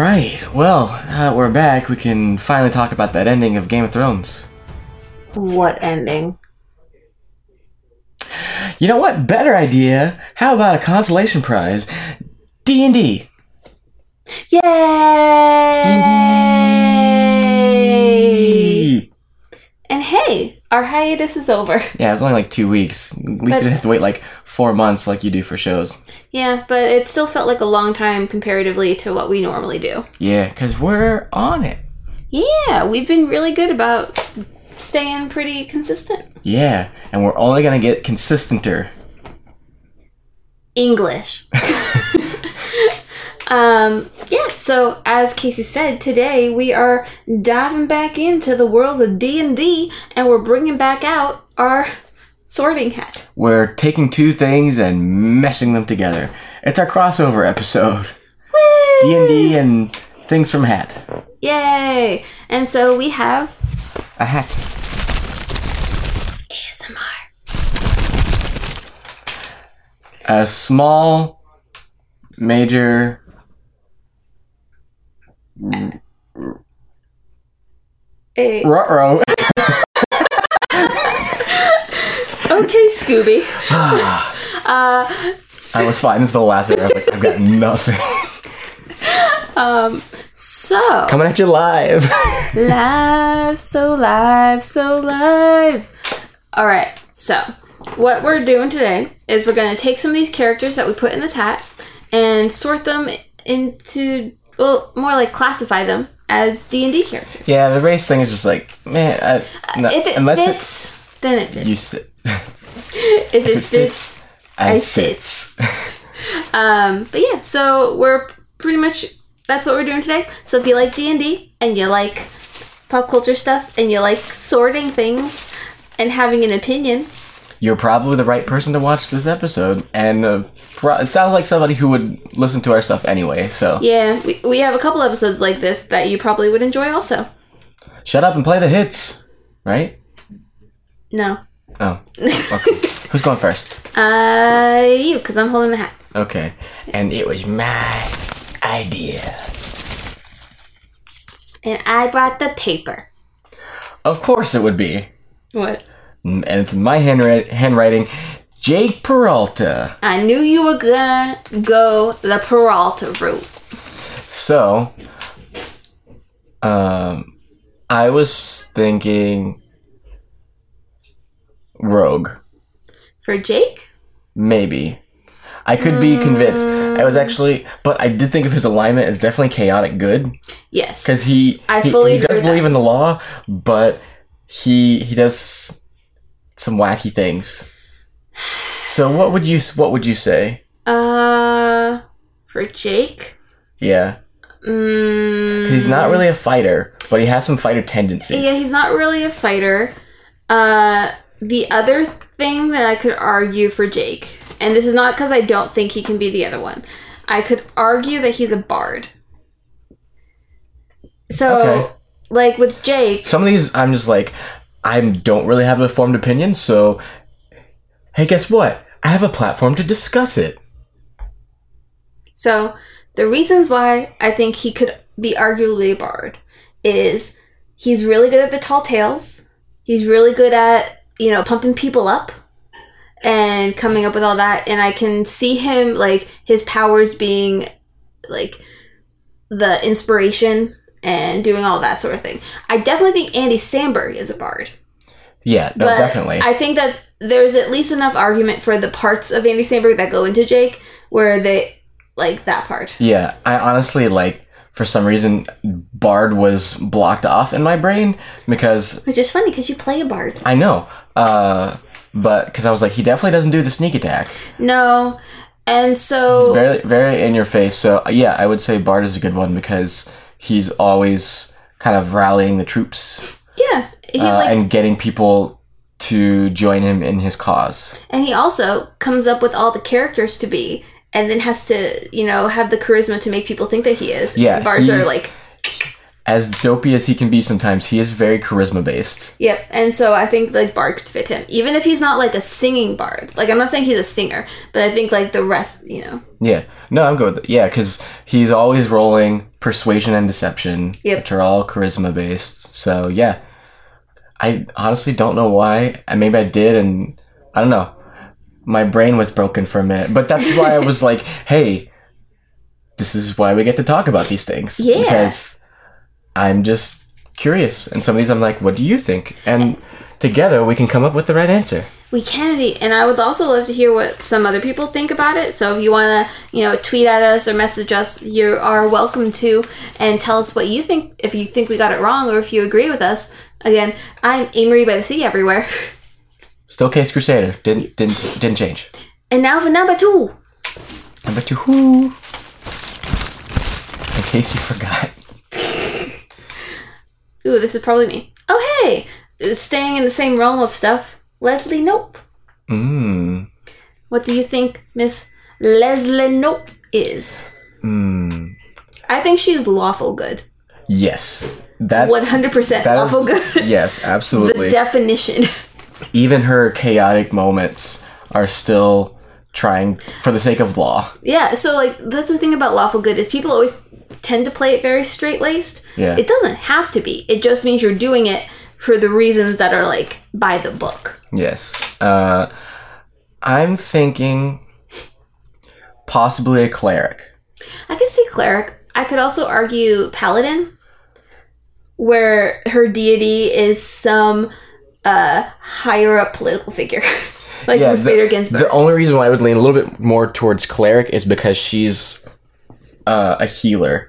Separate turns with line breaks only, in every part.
well, now that we're back, we can finally talk about that ending of Game of Thrones.
What ending?
You know what? Better idea. How about a consolation prize? D and D.
Yay! And hey, our hiatus is over.
Yeah, it was only like two weeks. At least you didn't have to wait like four months like you do for shows.
Yeah, but it still felt like a long time comparatively to what we normally do.
Yeah, because we're on it.
Yeah, we've been really good about staying pretty consistent.
Yeah, and we're only gonna get consistenter.
English. um, yeah, so as Casey said, today we are diving back into the world of D&D and we're bringing back out our sorting hat.
We're taking two things and meshing them together. It's our crossover episode. D and D and things from hat.
Yay! And so we have
A hat.
ASMR.
A small, major.
A-
Ruh-roh.
okay, Scooby. Ah. Uh,
I was fine until the last day. I was like, I've got nothing.
um, So
Coming at you live.
live, so live, so live. All right. So what we're doing today is we're gonna take some of these characters that we put in this hat and sort them into well, more like classify them as D and D characters.
yeah, the race thing is just like, man. I, no,
If Uh, it
unless it-
fits, then it fits.
you sit,
If, it, fits,
I,
I
sit.
sits. um, but yeah, so we're pretty much that's what we're doing today. So if you like D and D and you like pop culture stuff and you like sorting things and having an opinion,
You're probably the right person to watch this episode, and uh, pro- it sounds like somebody who would listen to our stuff anyway. So
yeah, we, we have a couple episodes like this that you probably would enjoy also.
shut up and play the hits, right?
No,
Oh, okay. Who's going first?
uh, you because I'm holding the hat.
Okay, and it was my idea.
And I brought the paper.
Of course, it would be,
What?
Mm, and it's in my handwri- handwriting. Jake Peralta.
I knew you were gonna go the Peralta route.
So, um, I was thinking rogue,
For Jake?
maybe. I could be convinced. I
Hmm.
was actually, but I did think of his alignment as definitely chaotic good
Yes.
because he
I
he,
fully
he does
agree with
believe in the law, but he he does some wacky things. So what would you what would you say?
Uh, for Jake?
Yeah,
Mm,
'Cause he's not really a fighter, but he has some fighter tendencies.
Yeah, he's not really a fighter. Uh, the other thing that I could argue for Jake, and this is not because I don't think he can be the other one, I could argue that he's a bard. So,
Okay.
like with Jake,
some of these I'm just like I don't really have a formed opinion, so hey, guess what? I have a platform to discuss it.
So the reasons why I think he could be arguably a bard is he's really good at the tall tales. He's really good at you know pumping people up and coming up with all that. And I can see him like his powers being like the inspiration and doing all that sort of thing. I definitely think Andy Samberg is a bard.
Yeah, no,
But
Oh, definitely.
I think that there's at least enough argument for the parts of Andy Samberg that go into Jake where they like that part.
yeah, I honestly like for some reason Bard was blocked off in my brain because
Which is funny because you play a bard.
I know, uh, but because I was like he definitely doesn't do the sneak attack.
No. And
He's
so
very very in your face. So yeah, I would say Bard is a good one because he's always kind of rallying the troops
yeah, he's
uh,
like
and getting people to join him in his cause.
and he also comes up with all the characters to be and then has to, you know, have the charisma to make people think that he is.
Yeah,
And bards are
he's-
like,
as dopey as he can be sometimes, he is very charisma based.
yep. And so I think like bard could fit him. Even if he's not like a singing bard. Like I'm not saying he's a singer, but I think like the rest, you know.
Yeah. No, I'm good with it. Yeah, because he's always rolling persuasion and deception,
Yep.
which are all charisma based. So yeah, I honestly don't know why. I maybe I did, and I don't know. My brain was broken for a minute, but that's why I was like, "Hey, this is why we get to talk about these things."
Yeah.
because I'm just curious, and some of these I'm like, "What do you think?" And together we can come up with the right answer.
We can see, and I would also love to hear what some other people think about it. So if you want to, you know, tweet at us or message us, you are welcome to, and tell us what you think. If you think we got it wrong, or if you agree with us. Again, I'm Amory by the Sea everywhere,
Still, Case Crusader didn't didn't didn't change.
and now for number two.
Number two, who? In case you forgot.
Ooh, this is probably me. Oh hey, Uh, staying in the same realm of stuff. Leslie Nope.
Mmm.
What do you think Miss Leslie Nope is?
Mmm.
I think she's lawful good.
Yes. That's
One hundred percent
that is-
lawful good.
Yes,
the
absolutely.
definition.
Even her chaotic moments are still trying for the sake of law.
Yeah, so like that's the thing about lawful good is people always tend to play it very straight laced.
Yeah.
It doesn't have to be. It just means you're doing it for the reasons that are like by the book.
Yes. Uh, I'm thinking possibly a cleric.
I could see cleric. I could also argue paladin, where her deity is some uh higher up political figure, like
Yeah,
Ruth
the-
Bader Ginsburg.
The only reason why I would lean a little bit more towards cleric is because she's uh, a healer.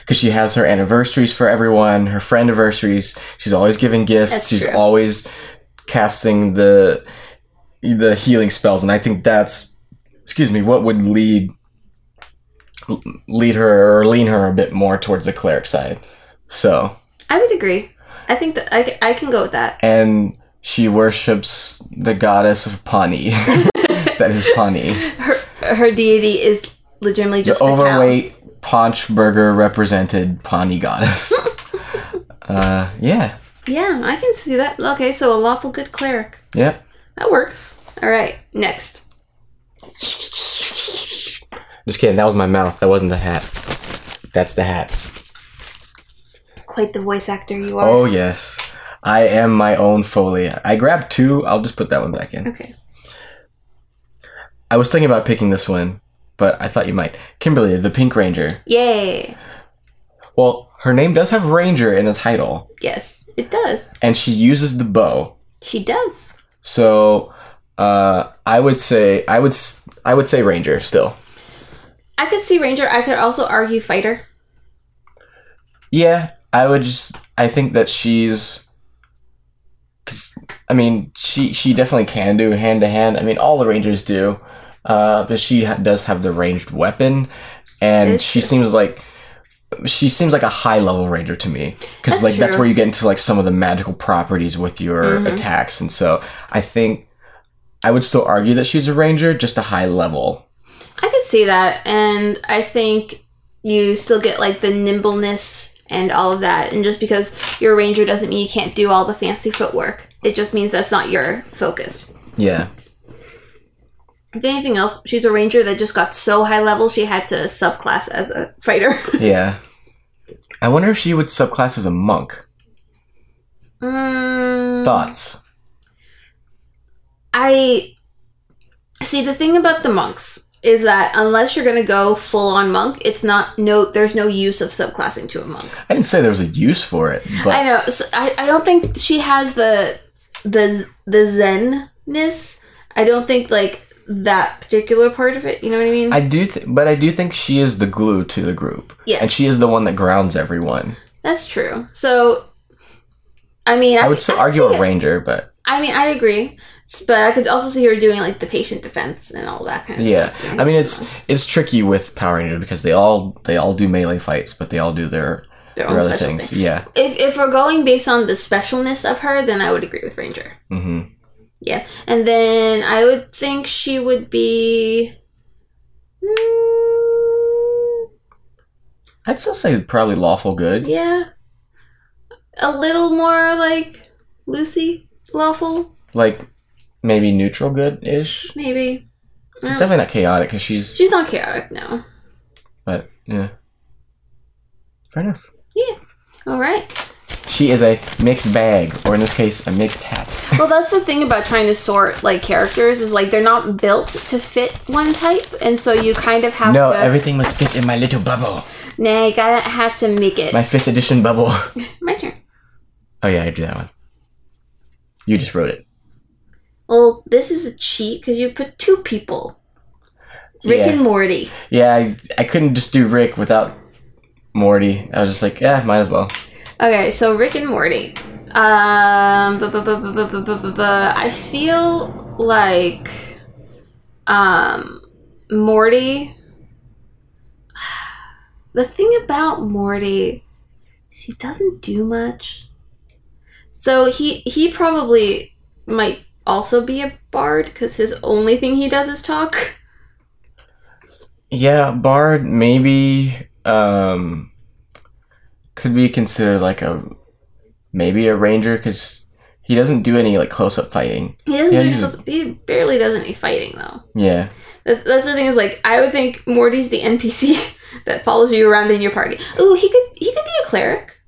Because she has her anniversaries for everyone, her friend anniversaries. She's always giving gifts.
That's
she's
true.
always casting the the healing spells, and I think that's excuse me what would lead lead her or lean her a bit more towards the cleric side. So
I would agree. I think that I, c- I can go with that.
and she worships the goddess of Pawnee. that is Pawnee.
Her her deity is legitimately just the, town.
overweight paunch burger represented Pawnee goddess. uh, yeah,
Yeah, I can see that. Okay, so a lawful good cleric.
yep.
That works. All right, next.
Just kidding. That was my mouth. That wasn't the hat. That's the hat.
Quite the voice actor you are.
Oh yes, I am my own Foley. I grabbed two. I'll just put that one back in.
Okay.
I was thinking about picking this one, but I thought you might. Kimberly, the Pink Ranger.
Yay.
Well, her name does have Ranger in the title,
Yes, it does.
and she uses the bow.
She does.
So uh, I would say I would s- I would say Ranger still.
I could see ranger. I could also argue fighter.
Yeah, I would just I think that she's cuz I mean, she she definitely can do hand to hand. I mean, all the Rangers do. Uh, but she ha- does have the ranged weapon and
That's
she
true.
seems like she seems like a high level ranger to me cuz
That's
like that's
true.
where you get into like some of the magical properties with your
Mhm.
attacks and so I think I would still argue that she's a ranger just a high level
I could see that, and I think you still get like the nimbleness and all of that. And just because you're a ranger doesn't mean you can't do all the fancy footwork. It just means that's not your focus.
Yeah.
If anything else, she's a ranger that just got so high level she had to subclass as a fighter.
Yeah. I wonder if she would subclass as a monk.
Mm,
Thoughts?
I see the thing about the monks is that unless you're going to go full on monk, it's not no there's no use of subclassing to a monk.
I didn't say there was a use for it, but
I know. So I, I don't think she has the the the zenness. I don't think like that particular part of it, you know what I mean?
I, do. Th- but I do think she is the glue to the group.
Yes.
And she is the one that grounds everyone.
That's true. So I mean, I,
I would still
I
argue
see
a
it.
ranger, but
I mean, I agree, S- but I could also see her doing like the patient defense and all that kind of
yeah.
stuff.
I mean, it's it's tricky with Power Ranger because they all they all do melee fights, but they all do their,
their
their
own
other
special
things.
thing.
Yeah.
If if we're going based on the specialness of her, then I would agree with Ranger.
hmm
Yeah, and then I would think she would be. Mm,
I'd still say probably lawful good.
yeah, a little more like Lucy lawful,
Like maybe neutral good ish.
maybe. I
It's
don't-
definitely not chaotic because she's.
She's not chaotic, no.
But yeah. Fair enough.
All right.
She is a mixed bag, or in this case, a mixed hat.
Well, that's the thing about trying to sort like characters is like they're not built to fit one type, and so you kind of have
No,
to.
everything must fit in my little bubble.
nah, you gotta have to make it.
My
My,
fifth edition bubble.
turn.
Oh yeah, I do that one. You just wrote it.
Well, this is a cheat because you put two people, Rick
Yeah.
and Morty.
Yeah, I, I couldn't just do Rick without Morty. I was just like, yeah, might as well.
Okay, so Rick and Morty. Um, bu- bu- bu- bu- bu- bu- bu- bu- bu- I feel like um Morty. The thing about Morty is he doesn't do much. So he he probably might also be a bard because his only thing he does is talk.
Yeah, Bard maybe um could be considered like a maybe a ranger because he doesn't do any like close up fighting.
He doesn't
Yeah,
do
he's
much- he barely does any fighting though.
Yeah,
That- That's the thing is like I would think Morty's the NPC that follows you around in your party. Ooh, he could he could be a cleric.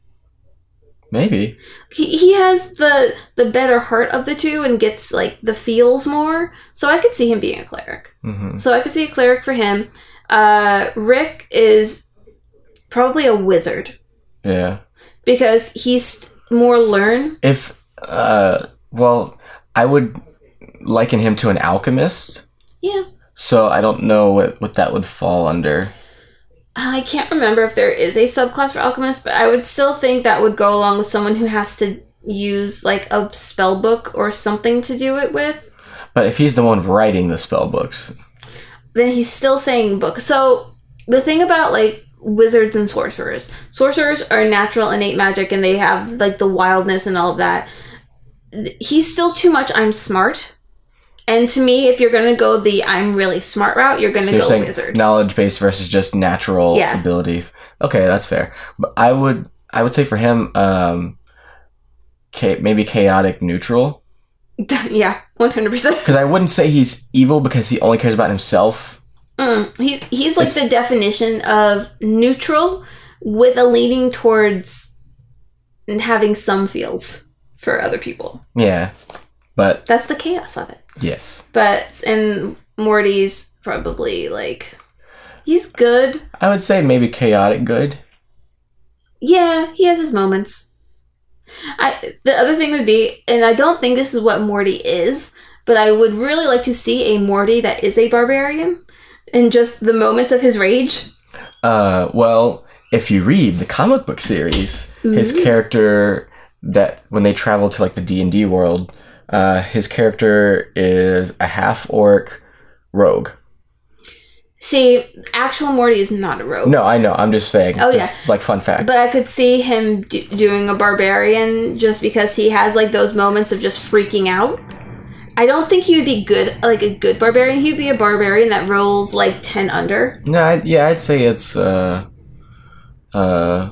maybe.
He, he has the the better heart of the two and gets like the feels more. So I could see him being a cleric.
hmm
So I could see a cleric for him. Uh, Rick is probably a wizard
Yeah.
because he's more learn.
If uh, well, I would liken him to an alchemist.
Yeah.
So I don't know what what that would fall under.
I can't remember if there is a subclass for alchemists, but I would still think that would go along with someone who has to use like a spell book or something to do it with.
But if he's the one writing the spell books,
Then he's still saying book. So the thing about like wizards and sorcerers, sorcerers are natural innate magic and they have like the wildness and all of that. Th- He's still too much. I'm smart. And to me, if you're gonna go the I'm really smart route, you're gonna
So you're
go
saying
wizard.
knowledge base versus just natural
Yeah.
ability. Okay, that's fair. But I would I would say for him, um, cha- maybe chaotic neutral
yeah, one hundred percent.
because I wouldn't say he's evil because he only cares about himself.
Mm, he's he's like
It's-
the definition of neutral with a leaning towards and having some feels for other people.
Yeah, but
That's the chaos of it.
yes,
But and Morty's probably like he's good.
I would say maybe chaotic good.
Yeah, he has his moments. I the other thing would be, and I don't think this is what Morty is, but I would really like to see a Morty that is a barbarian and just the moments of his rage.
Uh, well, if you read the comic book series, his
Ooh.
character that when they travel to like the D and D world, uh, his character is a half orc rogue.
See, actual Morty is not a rogue.
No, I know. I'm just saying.
Oh,
just, Like fun fact.
But I could see him do- doing a barbarian just because he has like those moments of just freaking out. I don't think he would be good, like a good barbarian. He'd be a barbarian that rolls like 10 under.
no, I, yeah, I'd say it's uh, uh,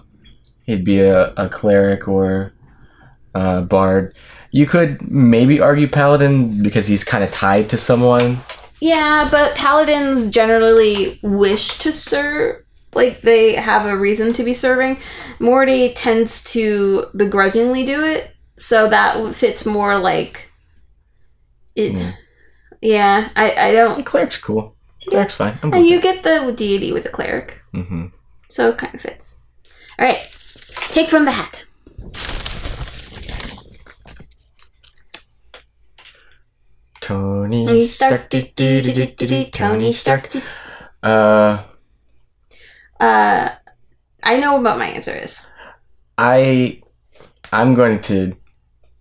he'd be a, a cleric or uh, bard. You could maybe argue paladin because he's kind of tied to someone.
Yeah, but paladins generally wish to serve. Like they have a reason to be serving. Morty tends to begrudgingly do it, so that fits more like it.
Yeah.
Yeah, I, I don't.
Cleric's cool. Cleric's fine. I'm
And
good.
you get the deity with the cleric.
hmm
So it kind of fits. All right. Take from the hat.
Tony Stark. do-do-do-do-do, Tony Stark. Uh,
Uh, I know what my answer is.
I I'm going to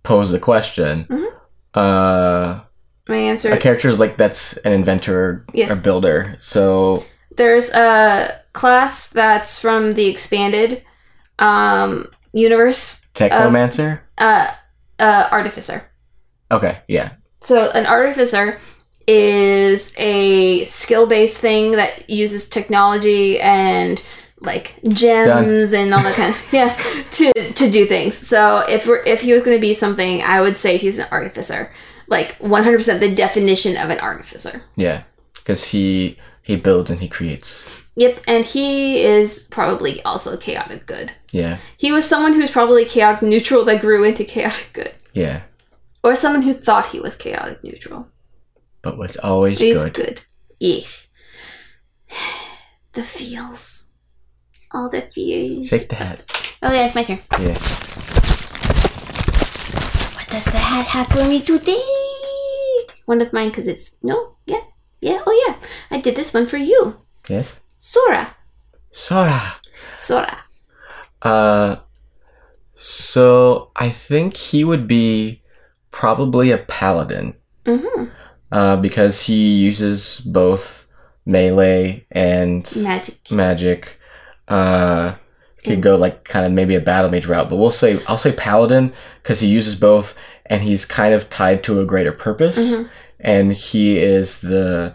pose the question.
Mhm.
Uh.
My answer.
a character is like that's an inventor
Yes.
or builder. So
There's a class that's from the expanded um, universe.
technomancer.
Uh, uh, artificer.
okay, yeah,
So an artificer is a skill-based thing that uses technology and like gems and all that kind of yeah to to do things. So if we're if he was going to be something, I would say he's an artificer. Like 100% the definition of an artificer.
yeah, because he he builds and he creates.
Yep, and he is probably also chaotic good.
Yeah.
He was someone who's probably chaotic neutral that grew into chaotic good,
Yeah.
or someone who thought he was chaotic neutral.
But was always
He's
good.
good. Yes. The feels. All the feels.
Shake the hat.
Oh yeah, it's my turn.
Yeah.
What does the hat have for me today? One of mine, cause it's no, yeah, yeah. Oh yeah, I did this one for you,
Yes.
Sora.
Sora.
Sora.
Uh, so I think he would be probably a paladin.
Mm-hmm.
Uh, because he uses both melee and
Magic.
magic. Uh, could go like kind of maybe a battle mage route, but we'll say I'll say paladin because he uses both, and he's kind of tied to a greater purpose.
Mhm.
And he is the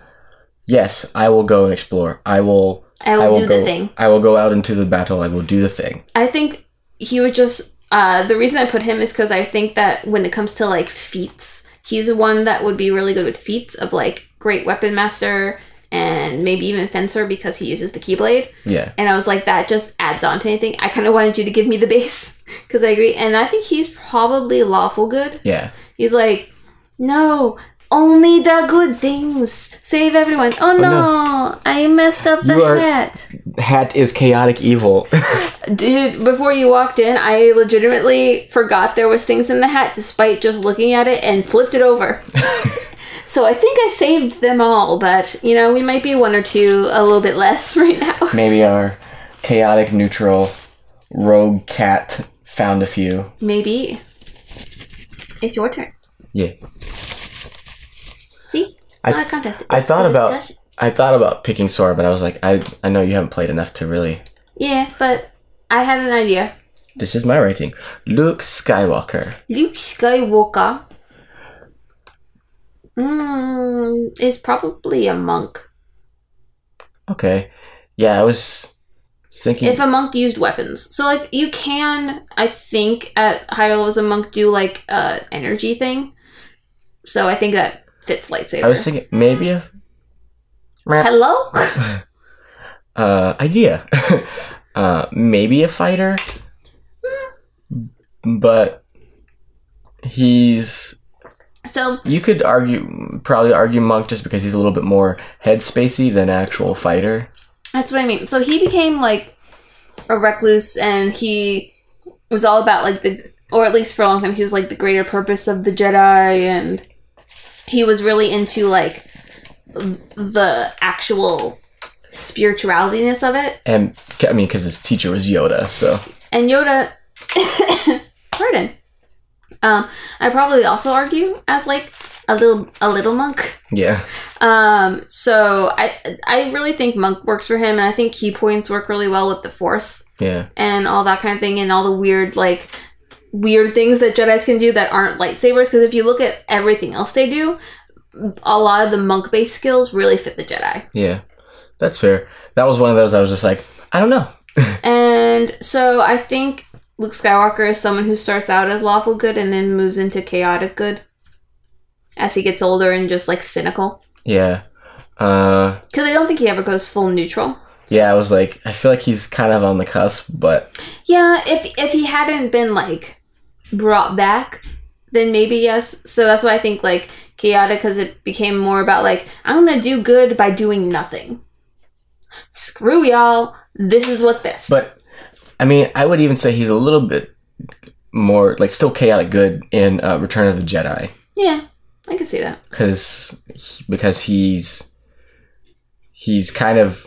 yes, I will go and explore. I will.
I will,
I will
do
go.
the thing.
I will go out into the battle. I will do the thing.
I think he would just. Uh, the reason I put him is because I think that when it comes to like feats, he's the one that would be really good with feats of like great weapon master and maybe even fencer because he uses the keyblade.
Yeah.
And I was like, that just adds on to anything. I kind of wanted you to give me the base because I agree. And I think he's probably lawful good.
Yeah.
He's like, no, only the good things. Save everyone. Oh no, I messed up the
You are-
hat.
Hat is chaotic evil.
Dude, before you walked in, I legitimately forgot there was things in the hat despite just looking at it and flipped it over. so I think I saved them all, but you know, we might be one or two a little bit less right now.
maybe our chaotic neutral rogue cat found a few.
Maybe. It's your turn.
Yeah.
See? It's not a contest.
I
It's
thought
a
about
discussion.
I thought about picking Sora, but I was like, I I know you haven't played enough to really.
Yeah, but I had an idea.
This is my rating. Luke Skywalker.
Luke Skywalker mm, is probably a monk.
Okay. Yeah, I was thinking.
if a monk used weapons. So like you can, I think at higher levels a monk do like uh energy thing. So I think that fits lightsaber.
I was thinking maybe a
Hello?
uh, idea. uh, maybe a fighter, but he's
so
You could argue, probably argue Monk just because he's a little bit more headspacey than actual fighter.
that's what I mean. So he became like a recluse and he was all about like the or at least for a long time he was like the greater purpose of the Jedi and he was really into like the actual spiritualityness of it
And I mean, because his teacher was Yoda, so
and Yoda, pardon. Um, I probably also argue as like a little a little monk.
yeah,
Um, so I I really think monk works for him, and I think key points work really well with the Force
yeah,
and all that kind of thing, and all the weird like weird things that Jedi's can do that aren't lightsabers. Because if you look at everything else they do, a lot of the monk based skills really fit the Jedi.
yeah. That's fair. That was one of those I was just like, I don't know.
And so I think Luke Skywalker is someone who starts out as lawful good and then moves into chaotic good as he gets older and just like cynical.
Yeah, uh,
Because I don't think he ever goes full neutral.
yeah. I was like, I feel like he's kind of on the cusp, but
Yeah, if if he hadn't been like brought back, then maybe yes. So that's why I think like chaotic because it became more about like I'm gonna do good by doing nothing. Screw y'all. This is what's best.
but I mean, I would even say he's a little bit more like still chaotic good in uh, Return of the Jedi.
yeah, I can see that.
because because he's he's kind of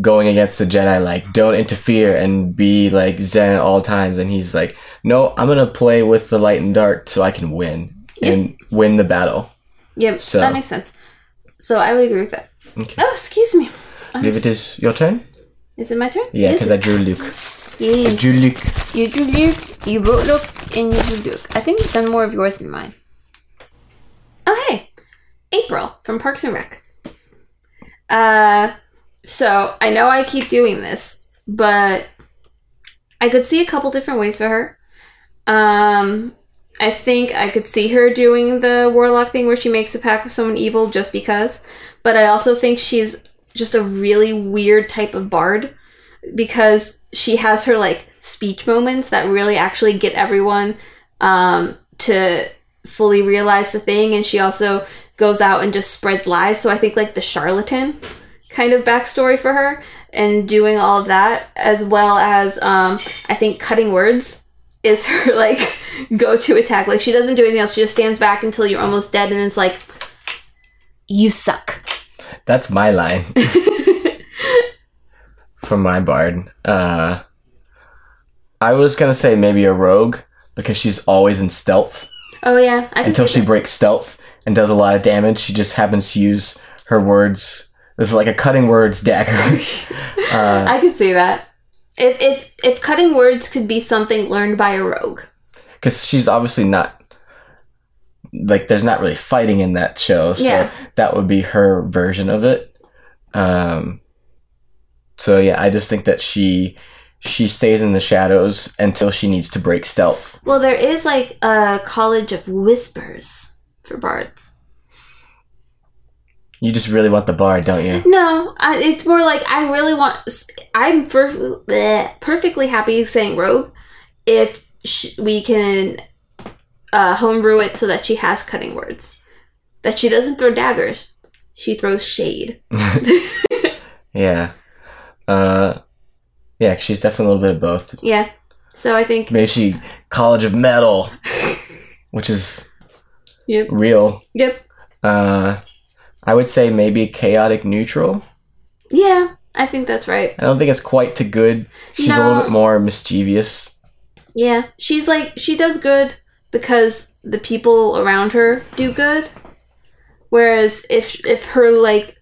going against the Jedi, like don't interfere and be like Zen at all times, and he's like, no, I'm gonna play with the light and dark so I can win and win the battle.
Yep,
So-
that makes sense. So I would agree with that.
Okay.
Oh, excuse me. I'm
If it is your turn,
Is it my turn?
yeah,
Yes,
because I drew Luke.
it's- yeah.
I drew Luke.
You drew Luke, you wrote Luke, and you drew Luke. I think you've done more of yours than mine. Oh, hey. April from Parks and Rec. Uh, so I know I keep doing this, but I could see a couple different ways for her. Um, I think I could see her doing the warlock thing where she makes a pact with someone evil just because, but I also think she's just a really weird type of bard because she has her like speech moments that really actually get everyone um, to fully realize the thing and she also goes out and just spreads lies so i think like the charlatan kind of backstory for her and doing all of that as well as um, i think cutting words is her like go-to attack like she doesn't do anything else she just stands back until you're almost dead and it's like you suck
That's my line. From my bard. Uh, I was gonna say maybe a rogue because she's always in stealth
oh yeah i can
until
see
she
that.
breaks stealth and does a lot of damage. She just happens to use her words with like a cutting words dagger. uh,
I could see that. If if if cutting words could be something learned by a rogue.
because she's obviously not like there's not really fighting in that show so
Yeah.
that would be her version of it um so yeah i just think that she she stays in the shadows until she needs to break stealth
Well, there is like a college of whispers for bards.
you just really want the bar don't you
No, I, it's more like I really want. I'm perf- bleh, perfectly happy saying rogue if sh- we can uh, homebrew it so that she has cutting words, that she doesn't throw daggers, she throws shade.
yeah uh yeah she's definitely a little bit of both
Yeah. So I think.
maybe she college of metal which is
Yep.
real
Yep.
uh i would say maybe chaotic neutral
Yeah, I think that's right.
I don't think it's quite too good. She's a
No.
little bit more mischievous.
Yeah, she's like she does good because the people around her do good. Whereas if if her like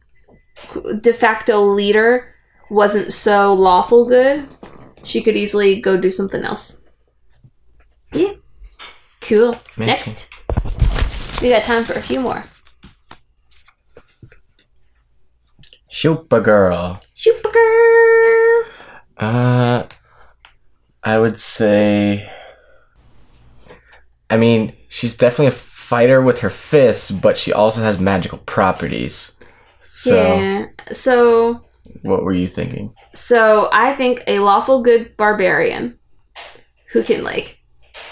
de facto leader wasn't so lawful good, she could easily go do something else. Yeah. Cool.
Man,
Next. We got time for a few more.
Supergirl.
Supergirl.
Uh, I would say. I mean, she's definitely a fighter with her fists, but she also has magical properties. So,
Yeah. So
what were you thinking?
So I think a lawful good barbarian who can like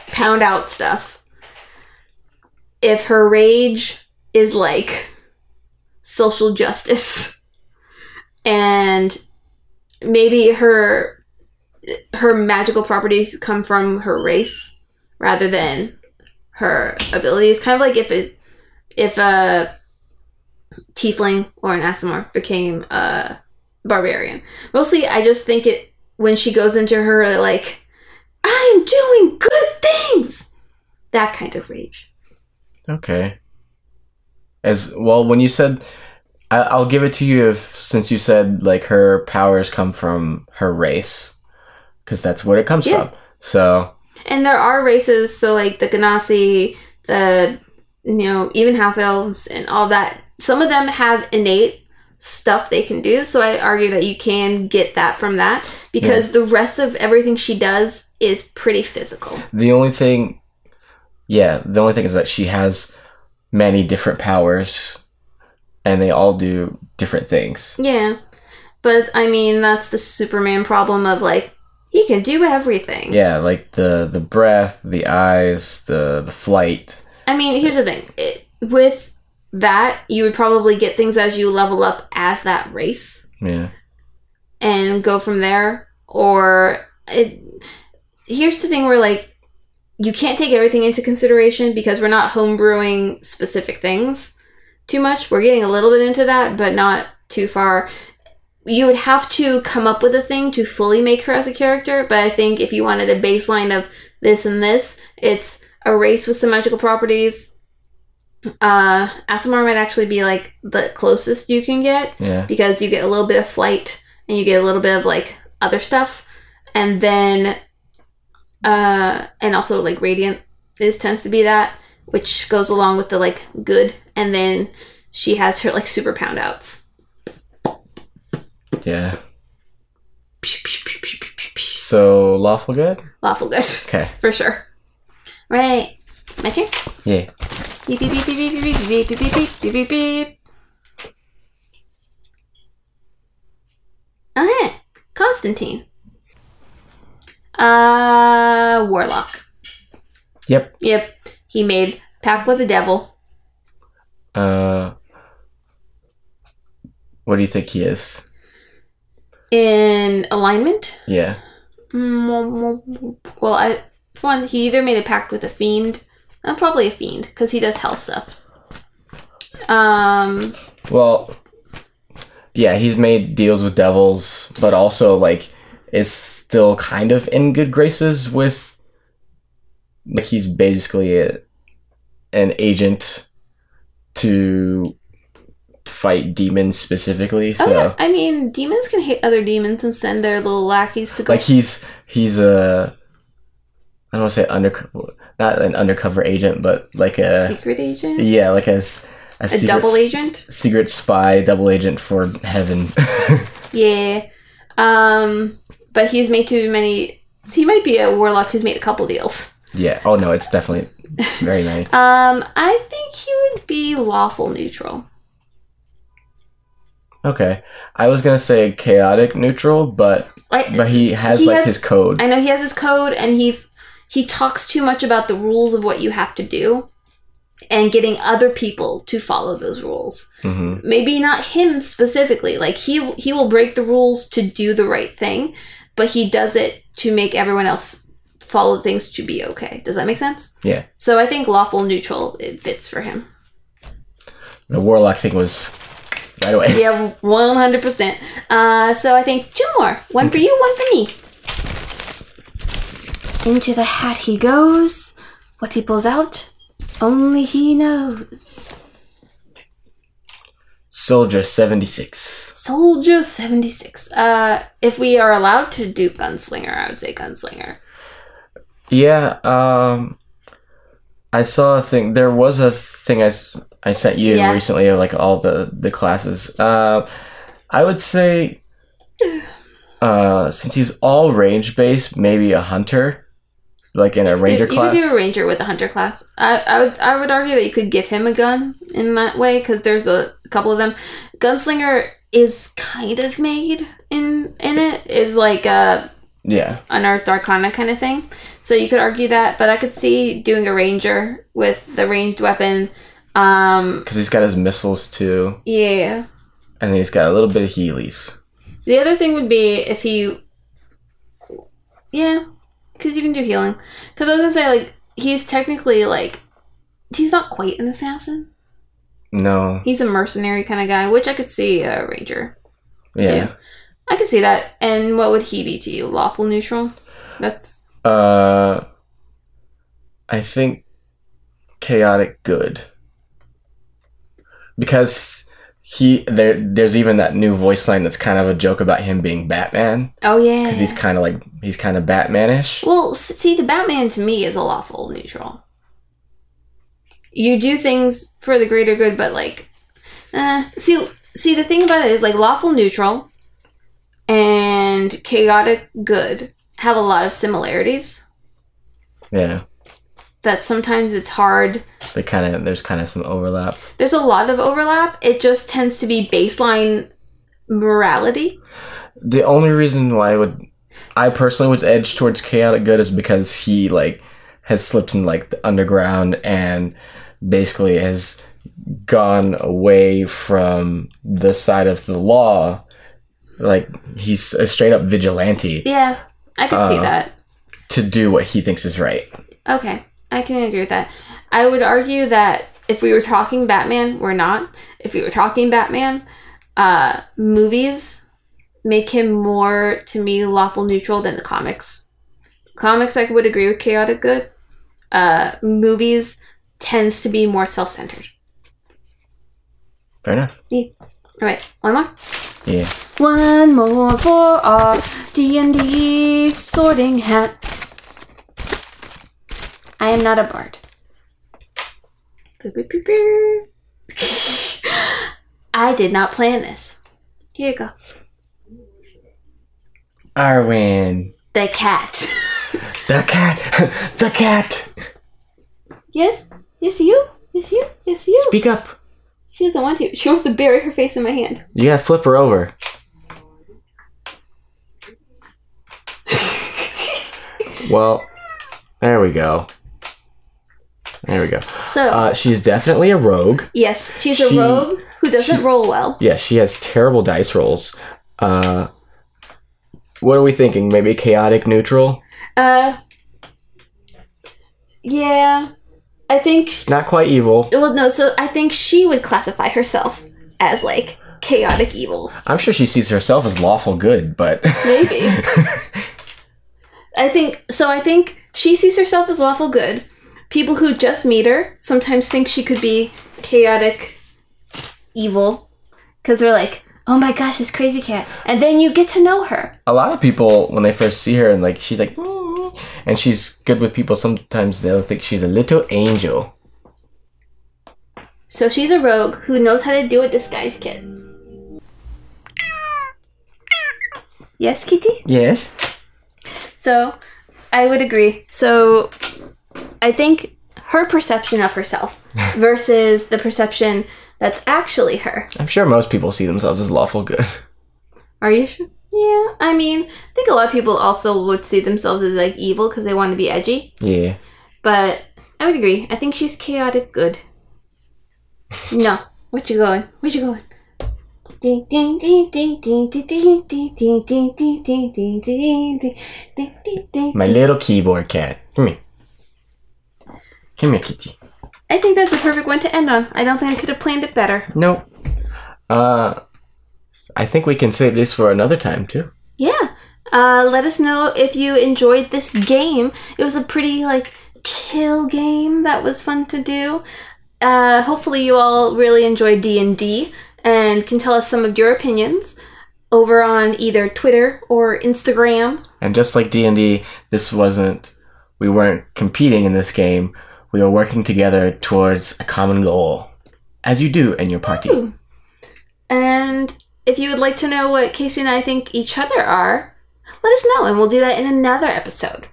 pound out stuff. If her rage is like social justice and maybe her her magical properties come from her race rather than her abilities kind of like if it if a tiefling or an asimar became a barbarian mostly i just think it when she goes into her like i'm doing good things that kind of rage
Okay. As well, when you said, I, I'll give it to you if since you said like her powers come from her race, because that's where it comes
Yeah.
from. So
and there are races so like the ganassi the you know even half elves and all that some of them have innate stuff they can do so i argue that you can get that from that because the rest of everything she does is pretty physical
The only thing, yeah, the only thing is that she has many different powers, and they all do different things.
yeah but i mean that's the superman problem of like he can do everything
Yeah, like the the breath, the eyes, the the flight.
I mean, here's the thing. It, with that, you would probably get things as you level up as that race
Yeah,
and go from there. Or it, here's the thing where like you can't take everything into consideration because we're not homebrewing specific things too much. We're getting a little bit into that, but not too far. You would have to come up with a thing to fully make her as a character, but I think if you wanted a baseline of this and this, it's a race with some magical properties. Uh, Asimar might actually be like the closest you can get
yeah,
because you get a little bit of flight and you get a little bit of like other stuff and then uh and also like radiant is tends to be that which goes along with the like good and then she has her like super pound outs
yeah. So lawful good.
lawful good
Okay.
for sure right my turn
Yeah.
beep beep beep beep beep beep beep beep beep beep beep beep beep Okay. Oh, Constantine. Uh, Warlock.
Yep.
Yep. He made pact with the devil.
Uh, what do you think he is?
In alignment?
Yeah.
Mm, Well, I. for One, he either made a pact with a fiend. Uh, probably a fiend, because he does hell stuff. Um,
Well, yeah, he's made deals with devils, but also like is still kind of in good graces with like he's basically a, an agent to fight demons specifically. So
oh, yeah. I mean, demons can hate other demons and send their little lackeys to go.
like he's he's a I don't want to say undercover, not an undercover agent, but like a
secret agent?
yeah, like a s- a,
a
secret
double
s-
agent?
secret spy double agent for heaven.
Yeah. Um, but he's made too many. He might be a warlock who's made a couple deals.
Yeah. Oh no, it's definitely very many.
Um, I think he would be lawful neutral.
Okay. I was gonna say chaotic neutral, but
I,
but he has
He
like
has-
his code.
I know he has his code, and he he talks too much about the rules of what you have to do, and getting other people to follow those rules.
hmm
maybe not him specifically like he he will break the rules to do the right thing but he does it to make everyone else follow things to be okay does that make sense
Yeah.
so i think lawful neutral it fits for him
The warlock thing was right away.
yeah 100% uh, so i think two more one for you one for me into the hat he goes what he pulls out only he knows
Soldier seventy six.
Soldier 76. Uh, if we are allowed to do Gunslinger, I would say Gunslinger.
Yeah. Um. I saw a thing. There was a thing I, s- I sent you
Yeah.
recently of like all the the classes. Uh, I would say. Uh, since he's all range based, maybe a hunter, like in a ranger
you,
class.
You could do a Ranger with a Hunter class. I, I, would, I would argue that you could give him a gun in that way, because there's a couple of them. Gunslinger is kind of made in in it, is like a
yeah.
Unearthed Arcana kind of thing. So you could argue that, but I could see doing a Ranger with the ranged weapon. Um,
Because he's got his missiles too,
yeah.
and then he's got a little bit of Heelys.
The other thing would be if he, yeah, because you can do healing. Because I was gonna say like he's technically like he's not quite an assassin.
No.
He's a mercenary kind of guy, which I could see a ranger.
Yeah.
I could see that. And what would he be to you? Lawful neutral. That's
Uh, I think chaotic good because he there. There's even that new voice line that's kind of a joke about him being Batman
oh yeah.
because he's kind of like he's kind of Batmanish.
Well, s- see, the Batman to me is a lawful neutral. You do things for the greater good, but like, eh. see, see, the thing about it is like lawful neutral and chaotic good have a lot of similarities.
Yeah,
That sometimes it's hard.
they kind of there's kind of some overlap.
There's a lot of overlap. It just tends to be baseline morality.
The only reason why I would I personally would edge towards chaotic good is because he like has slipped in like the underground and basically has gone away from the side of the law. Like he's a straight up vigilante
Yeah, I could see
Uh,
that.
to do what he thinks is right.
Okay, I can agree with that. I would argue that if we were talking Batman, we're not. If we were talking Batman, uh, movies make him more to me lawful neutral than the comics. Comics, I would agree with chaotic good. Uh, movies tends to be more self centered.
Fair enough.
All right, one more.
Yeah.
One more for our D and D sorting hat. I am not a bard. I did not plan this. Here you go.
Arwen.
The cat.
The cat the cat
yes, yes you, yes you, yes you.
Speak up.
She doesn't want to. She wants to bury her face in my hand.
You gotta flip her over. Well, there we go. There we go.
So
Uh, she's definitely a rogue.
yes, she's a
she-
rogue who doesn't roll well.
Yeah, she has terrible dice rolls. Uh, what are we thinking? Maybe chaotic neutral?
Uh, yeah, I think
Not quite evil.
Well, no, so I think she would classify herself as like chaotic evil,
I'm sure she sees herself as lawful good, but
maybe. I think so. I think she sees herself as lawful good. People who just meet her sometimes think she could be chaotic evil because they're like, oh my gosh, this crazy cat. And then you get to know her.
a lot of people when they first see her and like she's like "Me, me," and she's good with people sometimes they'll think she's a little angel.
So she's a rogue who knows how to do a disguise kit. Yes, kitty?
Yes.
So, I would agree. So, I think her perception of herself versus the perception that's actually her.
I'm sure most people see themselves as lawful good.
Are you sure? Yeah, I mean, I think a lot of people also would see themselves as like evil because they want to be edgy.
Yeah.
But I would agree. I think she's chaotic good. No, what you going? What you going? Ding ding ding ding ding ding ding ding ding ding ding ding ding ding ding ding ding ding.
My little keyboard cat. Come here. Come here, kitty.
I think that's the perfect one to end on. I don't think I could have planned it better.
Nope. Uh I think we can save this for another time too.
Yeah. Uh, let us know if you enjoyed this game. It was a pretty like chill game that was fun to do. Uh, hopefully, you all really enjoyed D and D and can tell us some of your opinions over on either Twitter or Instagram.
And just like D&D, this wasn't we weren't competing in this game. We were working together towards a common goal. As you do in your party.
Ooh. And if you would like to know what Casey and I think each other are, let us know and we'll do that in another episode.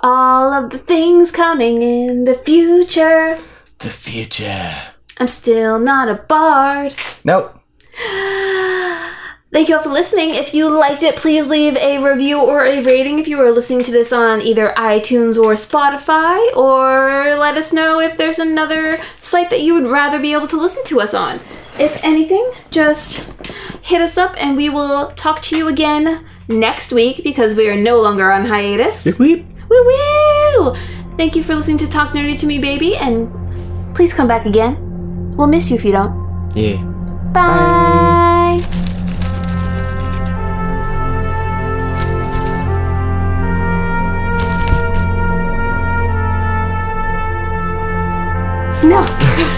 All of the things coming in the future.
The future.
I'm still not a bard.
Nope.
Thank you all for listening. If you liked it, please leave a review or a rating if you are listening to this on either iTunes or Spotify, or let us know if there's another site that you would rather be able to listen to us on. If anything, just hit us up and we will talk to you again next week because we are no longer on hiatus.
Weep.
Woo woo! Thank you for listening to Talk Nerdy to Me, baby, and please come back again. We'll miss you if you don't.
Yeah.
Bye. No.